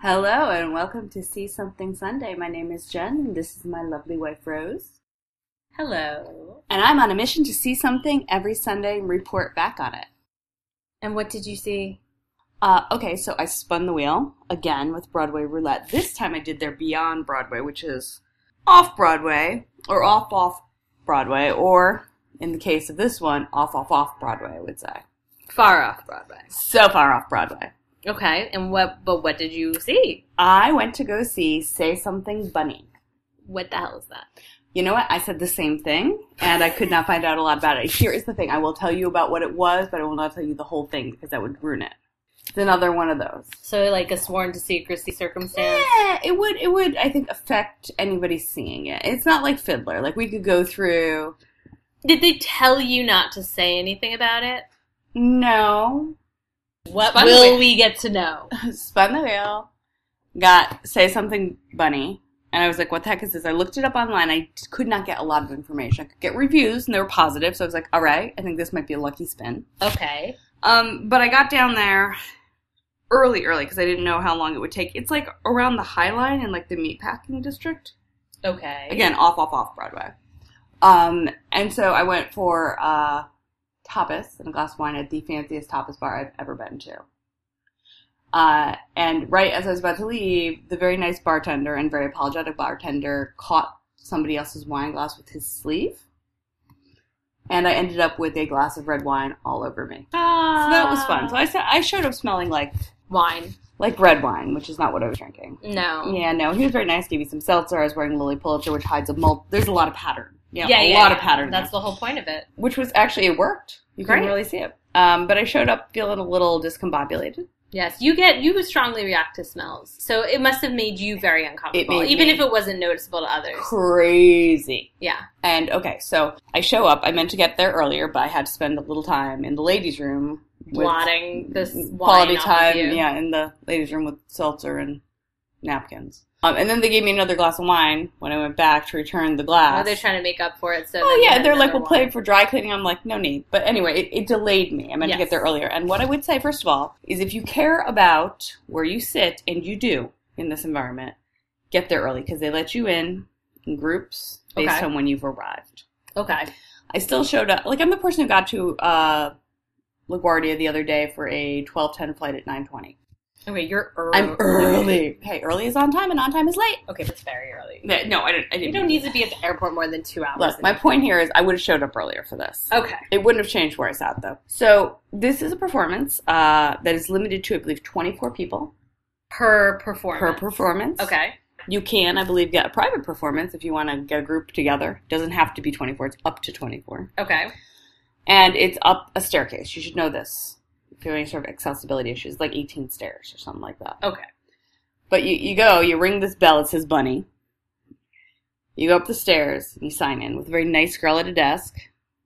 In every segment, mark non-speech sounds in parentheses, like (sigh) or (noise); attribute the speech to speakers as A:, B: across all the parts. A: Hello and welcome to See Something Sunday. My name is Jen and this is my lovely wife Rose.
B: Hello.
A: And I'm on a mission to see something every Sunday and report back on it.
B: And what did you see?
A: Uh, okay, so I spun the wheel again with Broadway Roulette. This time I did their Beyond Broadway, which is off Broadway or off off Broadway, or in the case of this one, off off off Broadway, I would say.
B: Far off Broadway.
A: So far off Broadway.
B: Okay, and what but what did you see?
A: I went to go see Say Something Bunny.
B: What the hell is that?
A: You know what? I said the same thing, and I could not find out a lot about it. Here is the thing I will tell you about what it was, but I will not tell you the whole thing because that would ruin it. It's another one of those.
B: So like a sworn to secrecy circumstance.
A: Yeah, it would. It would. I think affect anybody seeing it. It's not like Fiddler. Like we could go through.
B: Did they tell you not to say anything about it?
A: No, (laughs)
B: What
A: Fun
B: will
A: way.
B: we get to know?
A: spun the wheel, got say something bunny, and I was like, "What the heck is this?" I looked it up online. I t- could not get a lot of information. I could get reviews, and they were positive, so I was like, "All right, I think this might be a lucky spin."
B: Okay.
A: Um, but I got down there early, early because I didn't know how long it would take. It's like around the High Line in like the meatpacking district.
B: Okay.
A: Again, off, off, off Broadway. Um, and so I went for uh, tapas and a glass of wine at the fanciest tapas bar I've ever been to. Uh, and right as I was about to leave, the very nice bartender and very apologetic bartender caught somebody else's wine glass with his sleeve. And I ended up with a glass of red wine all over me. So that was fun. So I, sa- I showed up smelling like
B: Ah. Wine.
A: like red wine, which is not what I was drinking.
B: No.
A: Yeah, no, he was very nice. Gave me some seltzer. I was wearing Lily Pulitzer, which hides a mul. There's a lot of pattern. Yeah, a lot of pattern.
B: That's
A: That's
B: the whole point of it.
A: which was actually it worked. You couldn't
B: Great.
A: really see it. Um, but I showed up feeling a little discombobulated.
B: Yes, you get you strongly react to smells, so it must have made you very uncomfortable,
A: made
B: even
A: me-
B: if it wasn't noticeable to others.
A: Crazy.
B: Yeah.
A: And okay, so I show up. I meant to get there earlier, but I had to spend a little time in the ladies' room with
B: blotting this wine
A: Mm, quality
B: off of
A: time.
B: you.
A: Yeah, in the ladies' room with seltzer and napkins. Um, and then they gave me another glass of wine when I went back to return the glass.
B: Are they trying to make up for it? So
A: Oh
B: then you
A: yeah,
B: had
A: they're like,
B: another
A: we'll
B: one.
A: play for dry cleaning. I'm like, no need. But anyway, it, it delayed me. I meant to
B: Yes.
A: get there earlier. And what I would say, first of all, is if you care about where you sit, and you do in this environment, get there early because they let you in in groups based
B: Okay.
A: on when you've arrived.
B: Okay.
A: I still showed up. Like I'm the person who got to uh, LaGuardia the other day for a 12:10 flight at 9:20.
B: Okay, you're
A: (laughs)
B: early.
A: I'm early. Hey, early is on time, and on time is late.
B: Okay, that's very early.
A: Yeah, No, I didn't. I didn't.
B: You don't need to be at the airport more than two hours.
A: Look, my point here is I would have showed up earlier for this.
B: Okay.
A: It wouldn't have changed where I sat though. So this is a performance uh, that is limited to, I believe, 24 people
B: Per performance.
A: per performance.
B: Okay.
A: You can, I believe, get a private performance if you want to get a group together. Doesn't have to be 24. It's up to 24,
B: Okay.
A: and it's up a staircase. You should know this if you have any sort of accessibility issues, like 18 stairs or something like that.
B: Okay.
A: But you, you go, you ring this bell. It says Bunny. You go up the stairs. and You sign in with a very nice girl at a desk.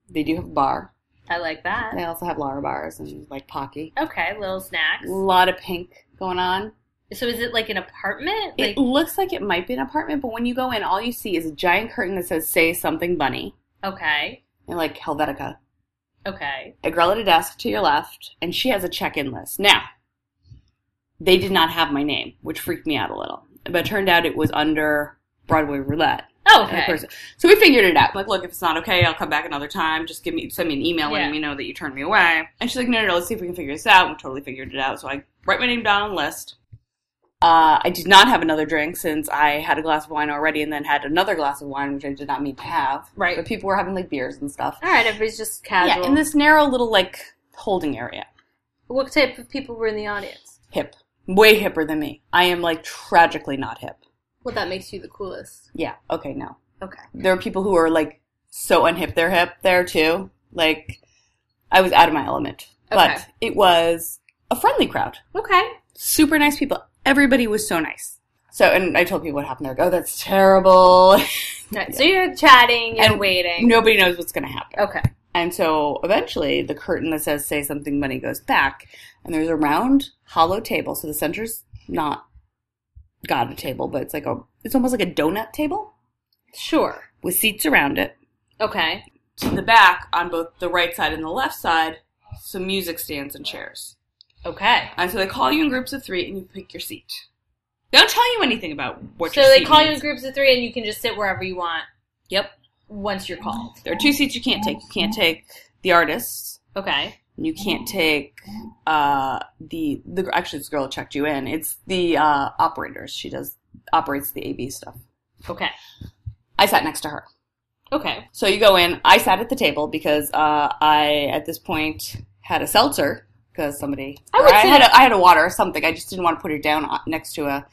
A: They do have a bar.
B: I like that.
A: They also have Lara bars and like Pocky.
B: Okay, little snacks.
A: A lot of pink going on.
B: So is it like an apartment? Like
A: it looks like it might be an apartment, but when you go in, all you see is a giant curtain that says "Say Something Bunny"
B: okay.
A: and like Helvetica.
B: Okay.
A: A girl at a desk to your left, and she has a check-in list. Now, they did not have my name, which freaked me out a little. But it turned out it was under Broadway Roulette.
B: Oh,
A: And of
B: okay.
A: course- So we figured it out. Like, look, if it's not okay, I'll come back another time. Just give me send me an email
B: Yeah.
A: letting me know that you turned me away. And she's like, no, no, no, let's see if we can figure this out. And we totally figured it out. So I write my name down on the list. Uh, I did not have another drink since I had a glass of wine already, and then had another glass of wine, which I did not mean to have.
B: Right.
A: But people were having like beers and stuff.
B: All right, everybody's just casual.
A: Yeah, in this narrow little like holding area,
B: what type of people were in the audience?
A: hip, way hipper than me. I am like tragically not hip.
B: Well, that makes you the coolest.
A: Yeah. Okay. No.
B: Okay.
A: there are people who are like so unhip they're hip there too. Like I was out of my element.
B: Okay.
A: But it was a friendly crowd.
B: Okay.
A: Super nice people. Everybody was so nice. So and I told people what happened. They're like, Oh, that's terrible. (laughs)
B: Right, So you're chatting, you're
A: And
B: waiting.
A: Nobody knows what's gonna happen.
B: Okay.
A: And so eventually the curtain that says say something money goes back and there's a round hollow table. So the center's not got a table, but it's like a it's almost like a donut table
B: Sure.
A: with seats around it.
B: Okay.
A: to the back on both the right side and the left side some music stands and chairs.
B: Okay.
A: And so they call you in groups of three and you pick your seat. They don't tell you anything about what
B: so
A: your
B: they
A: seat
B: call you
A: means.
B: in groups of three, and you can just sit wherever you want
A: Yep.
B: once you're called.
A: There are two seats you can't take. You can't take the artists,
B: Okay.
A: and you can't take uh, the the actually this girl who checked you in. It's the uh, operators. She does operates the AB stuff.
B: Okay.
A: I sat next to her.
B: Okay.
A: So you go in. I sat at the table because uh, I, at this point, had a seltzer because somebody.
B: I
A: or
B: would
A: I
B: say-
A: had a, I had a water or something. I just didn't want to put it down on- next to a.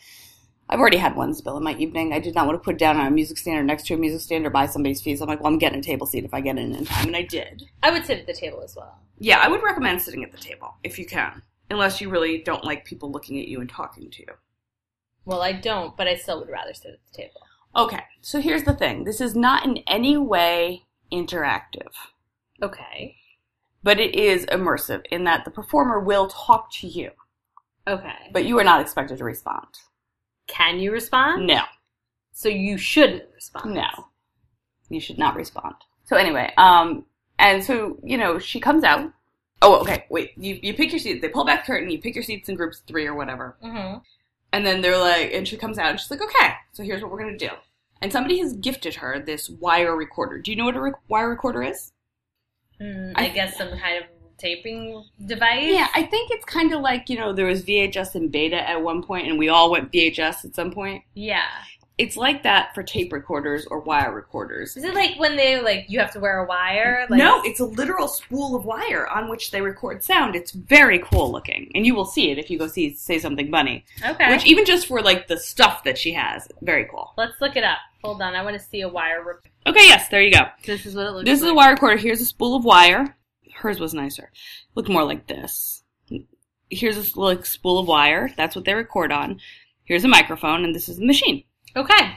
A: I've already had one spill in my evening. I did not want to put it down on a music stand or next to a music stand or by somebody's feet. So I'm like, well, I'm getting a table seat if I get in in time, and I did.
B: I would sit at the table as well.
A: Yeah, I would recommend sitting at the table if you can, unless you really don't like people looking at you and talking to you.
B: Well, I don't, but I still would rather sit at the table.
A: Okay, so here's the thing. This is not in any way interactive.
B: Okay.
A: but it is immersive in that the performer will talk to you,
B: Okay.
A: but you are not expected to respond.
B: Can you respond?
A: No,
B: So you shouldn't respond.
A: no, you should not respond. So anyway, um, and so you know she comes out. Oh, okay, wait. You you pick your seat. They pull back the curtain. You pick your seats in groups three or whatever,
B: Mm-hmm.
A: and then they're like, and she comes out and she's like, okay, so here's what we're gonna do. And somebody has gifted her this wire recorder. Do you know what a rec- wire recorder is?
B: Mm, I,
A: I-
B: guess some kind of taping device.
A: Yeah, I think it's kind of like you know there was VHS and Beta at one point, and we all went VHS at some point.
B: Yeah.
A: It's like that for tape recorders or wire recorders.
B: Is it like when they like you have to wear a wire? Like,
A: No, it's a literal spool of wire on which they record sound. It's very cool looking, and you will see it if you go see say something bunny.
B: okay.
A: Which even just for like the stuff that she has, very cool.
B: Let's look it up. Hold on, I want to see a wire. Re-
A: Okay, yes, there you go.
B: this is what it looks.
A: This is a wire recorder. Here's a spool of wire. Hers was nicer. Looked more like this. Here's a s- like spool of wire. That's what they record on. Here's a microphone, and this is the machine.
B: Okay.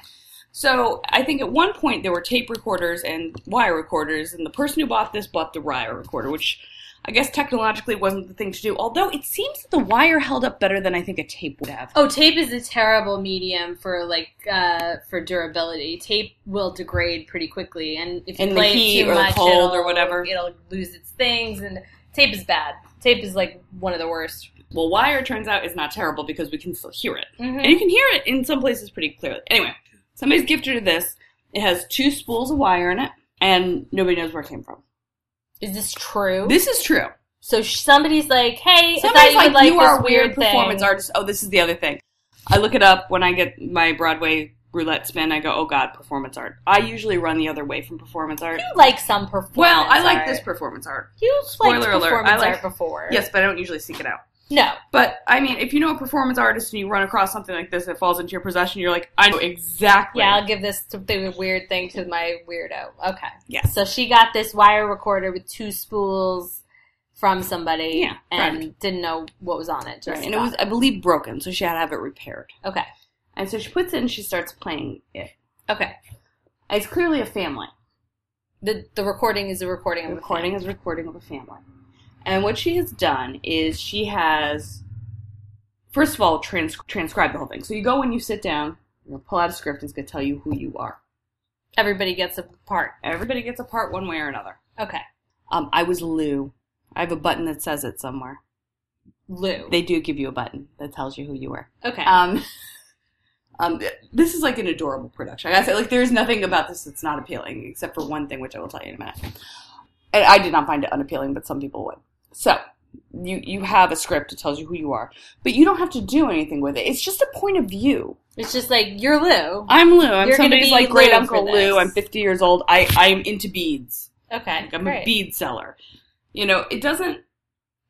A: So I think at one point there were tape recorders and wire recorders, and the person who bought this bought the wire recorder, which I guess technologically wasn't the thing to do. Although it seems that the wire held up better than I think a tape would have.
B: Oh, tape is a terrible medium for like uh, for durability. Tape will degrade pretty quickly, and if you
A: In the
B: play
A: heat
B: it too
A: or the
B: much,
A: cold
B: it'll-
A: or whatever.
B: it'll lose its things. And tape is bad. Tape is like one of the worst.
A: Well, wire turns out is not terrible because we can still hear it, and
B: Mm-hmm.
A: you can hear it in some places pretty clearly. Anyway, somebody's gifted her this. It has two spools of wire in it, and nobody knows where it came from.
B: Is this true?
A: This is true.
B: so sh- somebody's like, "Hey, I thought
A: Somebody's
B: you would
A: like,
B: like
A: you are a
B: this
A: weird
B: weird thing."
A: performance artist. Oh, this is the other thing. I look it up when I get my Broadway roulette spin. I go, oh god, performance art. I usually run the other way from performance art.
B: You like some performance.
A: Well, I like
B: art.
A: this performance art.
B: You liked
A: Spoiler alert,
B: performance
A: I like-
B: art before.
A: Yes, but I don't usually seek it out.
B: No.
A: But I mean, if you know a performance artist and you run across something like this that falls into your possession, you're like, I know exactly.
B: Yeah, I'll give this to the weird thing to my weirdo. Okay.
A: Yes.
B: So she got this wire recorder with two spools from somebody
A: Yeah,
B: and didn't know what was on it. Just
A: Right, And it was, I believe, broken, so she had to have it repaired.
B: Okay.
A: And so she puts it and she starts playing it.
B: Okay.
A: And It's clearly a family.
B: The the recording is a recording of
A: The
B: a
A: recording
B: thing.
A: is recording of a family. And what she has done is she has, first of all, trans- transcribed the whole thing. So you go and you sit down, you pull out a script, and it's going to tell you who you are.
B: Everybody gets a part.
A: Everybody gets a part one way or another.
B: Okay.
A: Um, I was Lou. I have a button that says it somewhere.
B: Lou.
A: They do give you a button that tells you who you were.
B: okay.
A: Um, (laughs) um, th- this is like an adorable production. I gotta say, like, there's nothing about this that's not appealing, except for one thing, which I will tell you in a minute. And I did not find it unappealing, but some people would. So, you you have a script that tells you who you are, but you don't have to do anything with it. It's just a point of view.
B: it's just like you're Lou.
A: I'm Lou. I'm
B: You're gonna
A: somebody's
B: be
A: like great
B: Lou
A: uncle
B: for this.
A: Lou. I'm 50 years old. I I'm into beads.
B: Okay.
A: Like, I'm a
B: great.
A: bead seller. You know, it doesn't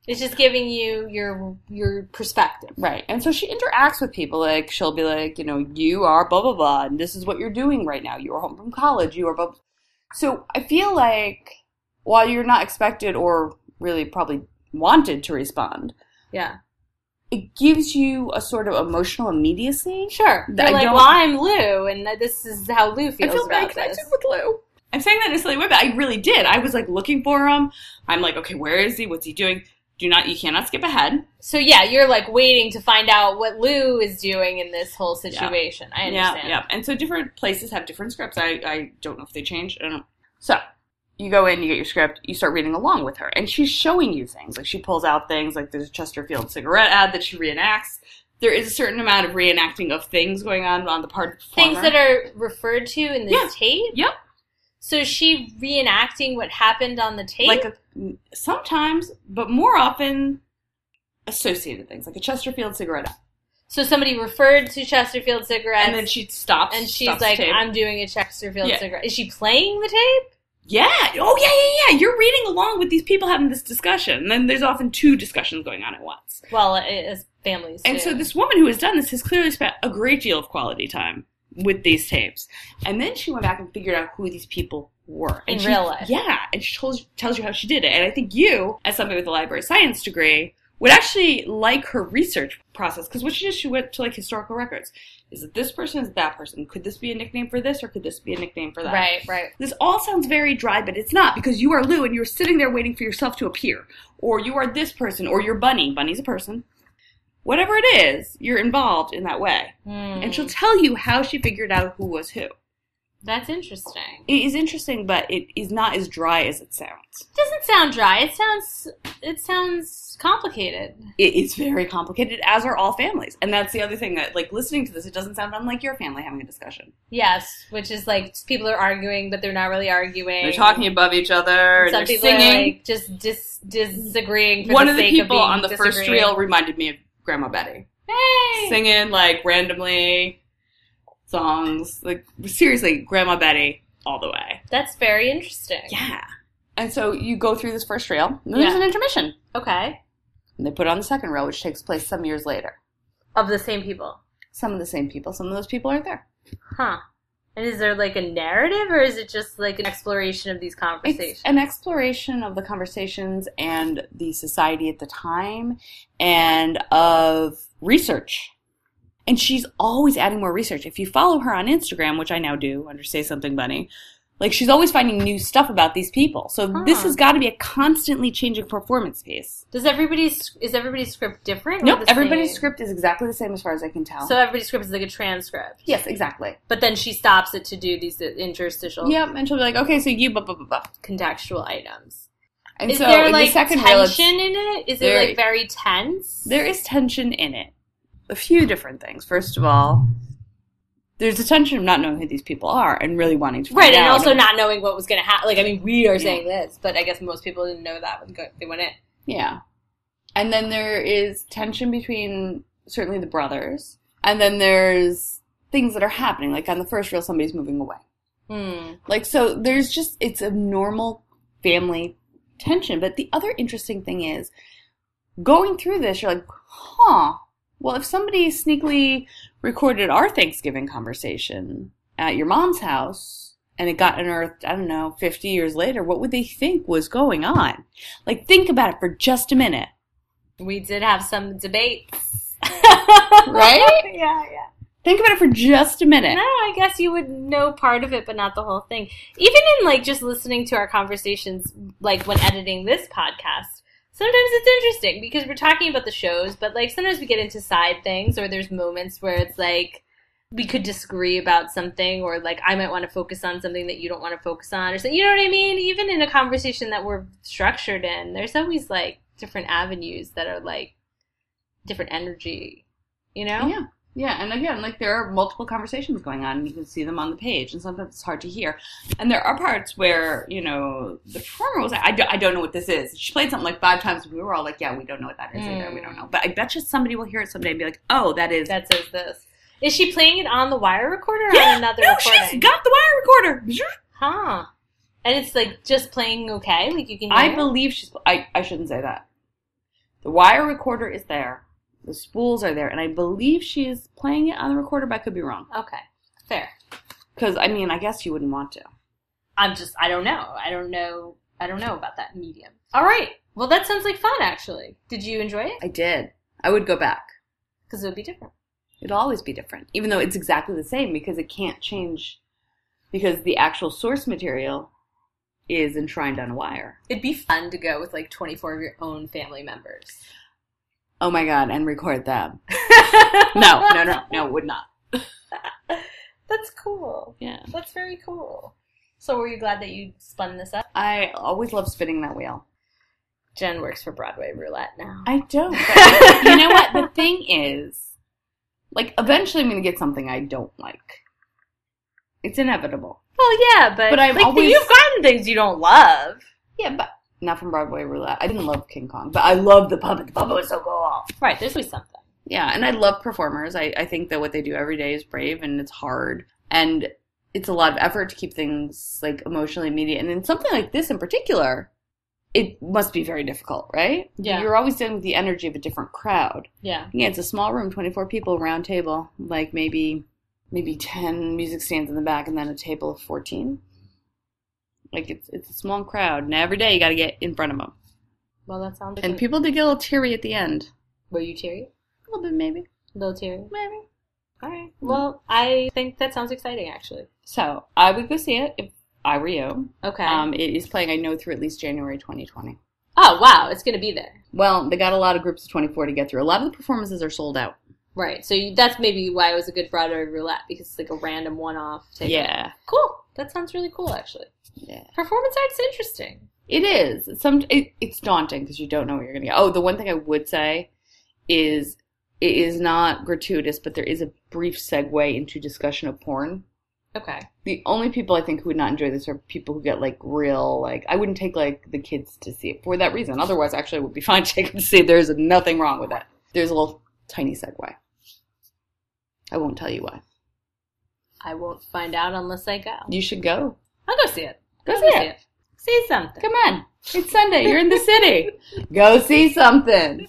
B: It's just giving you your your perspective.
A: Right. And so she interacts with people. Like, she'll be like, you know, you are blah, blah, blah, and this is what you're doing right now. You are home from college. You are blah. blah." So I feel like while you're not expected or really probably wanted to respond,
B: Yeah.
A: it gives you a sort of emotional immediacy.
B: Sure.
A: I
B: They're like,
A: don't-
B: well, I'm Lou, and this is how Lou feels about this.
A: with Lou. I'm saying that in a silly way, but I really did. I was like looking for him. I'm like, okay, where is he? What's he doing? Do not, you cannot skip ahead.
B: So yeah, you're like waiting to find out what Lou is doing in this whole situation. I
A: Yeah,
B: understand.
A: yeah. And so different places have different scripts. I, I don't know if they changed. I don't know. So you go in, you get your script, you start reading along with her, and she's showing you things. Like she pulls out things, like there's a Chesterfield cigarette ad that she reenacts. there is a certain amount of reenacting of things going on on the part of the performer.
B: Things that are referred to in the
A: Yeah.
B: tape.
A: Yep.
B: So is she reenacting what happened on the tape?
A: like a, sometimes, but more often associated things, like a Chesterfield cigarette,
B: so somebody referred to Chesterfield cigarettes,
A: and then she stops
B: and she's
A: stops
B: like,
A: tape.
B: "I'm doing a Chesterfield
A: Yeah.
B: cigarette." Is she playing the tape?
A: "Yeah, oh yeah, yeah, yeah." You're reading along with these people having this discussion, and then there's often two discussions going on at once.
B: Well, as families.
A: And
B: do.
A: so this woman who has done this has clearly spent a great deal of quality time with these tapes, and then she went back and figured out who these people were
B: in
A: and she-
B: real life.
A: Yeah, and she tells tells you how she did it. And I think you, as somebody with a library science degree, would actually like her research process because what she did, she went to like historical records. Is it this person? Is it that person? Could this be a nickname for this, or could this be a nickname for that?
B: Right, right.
A: This all sounds very dry, but it's not because you are Lou and you're sitting there waiting for yourself to appear, or you are this person, or you're Bunny. Bunny's a person. Whatever it is, you're involved in that way,
B: Hmm.
A: and she'll tell you how she figured out who was who.
B: That's interesting.
A: It is interesting, but it is not as dry as it sounds.
B: It doesn't sound dry. It sounds it sounds complicated.
A: it, it's very complicated, as are all families. And that's the other thing that, like, listening to this, it doesn't sound unlike your family having a discussion.
B: Yes, which is like people are arguing, but they're not really arguing.
A: They're talking above each other,
B: Some
A: they're
B: people are
A: singing.
B: like just dis- disagreeing. For
A: One
B: the
A: of the
B: sake
A: people
B: being
A: on the first
B: disagreeing.
A: reel reminded me of Grandma Betty.
B: Hey!
A: Singing, like, randomly songs. Like, seriously, Grandma Betty all the way.
B: That's very interesting.
A: Yeah. And so you go through this first reel, and then there's
B: Yeah.
A: an intermission.
B: Okay.
A: And they put on the second reel, which takes place some years later.
B: Of the same people,
A: Some of the same people, some of those people aren't there.
B: huh? And is there like a narrative, or is it just like an exploration of these conversations?
A: It's an exploration of the conversations and the society at the time and of research. And she's always adding more research. If you follow her on Instagram, which I now do under Say Something Bunny, like she's always finding new stuff about these people. So this
B: Huh.
A: has got to be a constantly changing performance piece.
B: Does everybody's is everybody's script different? or
A: Nope,
B: the
A: everybody's
B: same?
A: script is exactly the same as far as I can tell.
B: So everybody's script is like a transcript.
A: yes, exactly.
B: But then she stops it to do these uh, interstitial
A: Yep, and she'll be like, okay, so you, blah, blah, blah, blah.
B: contextual items.
A: And
B: is
A: so
B: there
A: in
B: like
A: the second
B: tension
A: reel, it's-
B: in it? Is
A: there-
B: it like very tense?
A: There is tension in it. A few different things. First of all, there's a tension of not knowing who these people are and really wanting to find
B: right, and
A: out.
B: also not knowing what was going to happen. Like, I mean, we are saying this, but I guess most people didn't know that when go- they went in.
A: yeah. And then there is tension between certainly the brothers, and then there's things that are happening. Like on the first reel, somebody's moving away.
B: Hmm.
A: Like so, there's just it's a normal family tension. But the other interesting thing is going through this, you're like, huh. Well, if somebody sneakily recorded our Thanksgiving conversation at your mom's house and it got unearthed, I don't know, 50 years later, what would they think was going on? Like, think about it for just a minute,
B: We did have some (laughs) debates.
A: right?
B: yeah, yeah.
A: (laughs) think about it for just a minute.
B: No, I guess you would know part of it, but not the whole thing. Even in like just listening to our conversations, like when editing this podcast, sometimes it's interesting because we're talking about the shows, but like sometimes we get into side things or there's moments where it's like we could disagree about something or like I might want to focus on something that you don't want to focus on or something. You know what I mean? Even in a conversation that we're structured in, there's always like different avenues that are like different energy, you know?
A: Yeah. Yeah, and again, like there are multiple conversations going on, and you can see them on the page, and sometimes it's hard to hear. And there are parts where, you know, the performer was like, I, do, I don't know what this is. She played something like five times, and we were all like, yeah, we don't know what that is either, we don't know. But I bet you somebody will hear it someday and be like, oh, that is.
B: that says this. Is she playing it on the wire recorder or
A: yeah,
B: on another
A: no,
B: recording?
A: she's got the wire recorder.
B: huh. And it's like just playing okay, like you can hear
A: I
B: it?
A: believe she's, I, I shouldn't say that. The wire recorder is there, the spools are there, and I believe she is playing it on the recorder, but I could be wrong.
B: Okay. Fair.
A: Because, I mean, I guess you wouldn't want to.
B: I'm just I don't know. I don't know I don't know about that medium. All right. Well, that sounds like fun actually. Did you enjoy it?
A: I did. I would go back.
B: Cuz it would be different.
A: It'll always be different, even though it's exactly the same because it can't change because the actual source material is enshrined on a wire.
B: It'd be fun to go with like 24 of your own family members.
A: Oh my god, and record them. (laughs) No, no, no, no, it would not.
B: That's cool.
A: Yeah.
B: That's very cool. So were you glad that you spun this up?
A: I always love spinning that wheel.
B: Jen works for Broadway Roulette now.
A: (laughs) I don't. but you know what? The thing is, Like eventually, I'm gonna get something I don't like. It's inevitable.
B: Well, yeah, but,
A: But I've
B: like,
A: always-
B: you've gotten things you don't love.
A: Yeah, but not from Broadway roulette. I didn't love King Kong, but I loved the puppet. The puppet was so cool.
B: Right, there's always something.
A: Yeah, and I love performers. I, I think that what they do every day is brave and it's hard and it's a lot of effort to keep things like emotionally immediate. And in something like this in particular, it must be very difficult, right?
B: Yeah.
A: You're always dealing with the energy of a different crowd.
B: Yeah.
A: Yeah, it's a small room, 24 people, round table, like maybe maybe 10 music stands in the back and then a table of 14. Like it's it's a small crowd, and every day you got to get in front of them.
B: Well, that sounds like
A: And
B: an-
A: people did get a little teary at the end.
B: Were you teary?
A: A little bit maybe.
B: A little teary?
A: Maybe. All right.
B: Well, I think that sounds exciting, actually.
A: So I would go see it if I were you.
B: Okay.
A: Um, it is playing, I know, through at least January 2020.
B: oh, wow, it's going to be there.
A: Well, they got a lot of groups of 24 to get through. A lot of the performances are sold out.
B: Right, so you, that's maybe why it was a good Broadway roulette, because it's like a random one-off. ticket. Cool. That sounds really cool, actually.
A: Yeah.
B: Performance art's interesting.
A: It is. Some it, it's daunting because you don't know what you're going to get. Oh, the one thing I would say is it is not gratuitous, but there is a brief segue into discussion of porn.
B: Okay.
A: The only people I think who would not enjoy this are people who get like real like I wouldn't take like the kids to see it for that reason. Otherwise, actually, it would be (laughs) fine to take them to see it. There's nothing wrong with it. There's a little tiny segue. I won't tell you why.
B: I won't find out unless I go.
A: You should go.
B: I'll go see it.
A: Go
B: I'll
A: see it.
B: See
A: (laughs)
B: something.
A: Come on. It's Sunday. You're in the city. Go see something.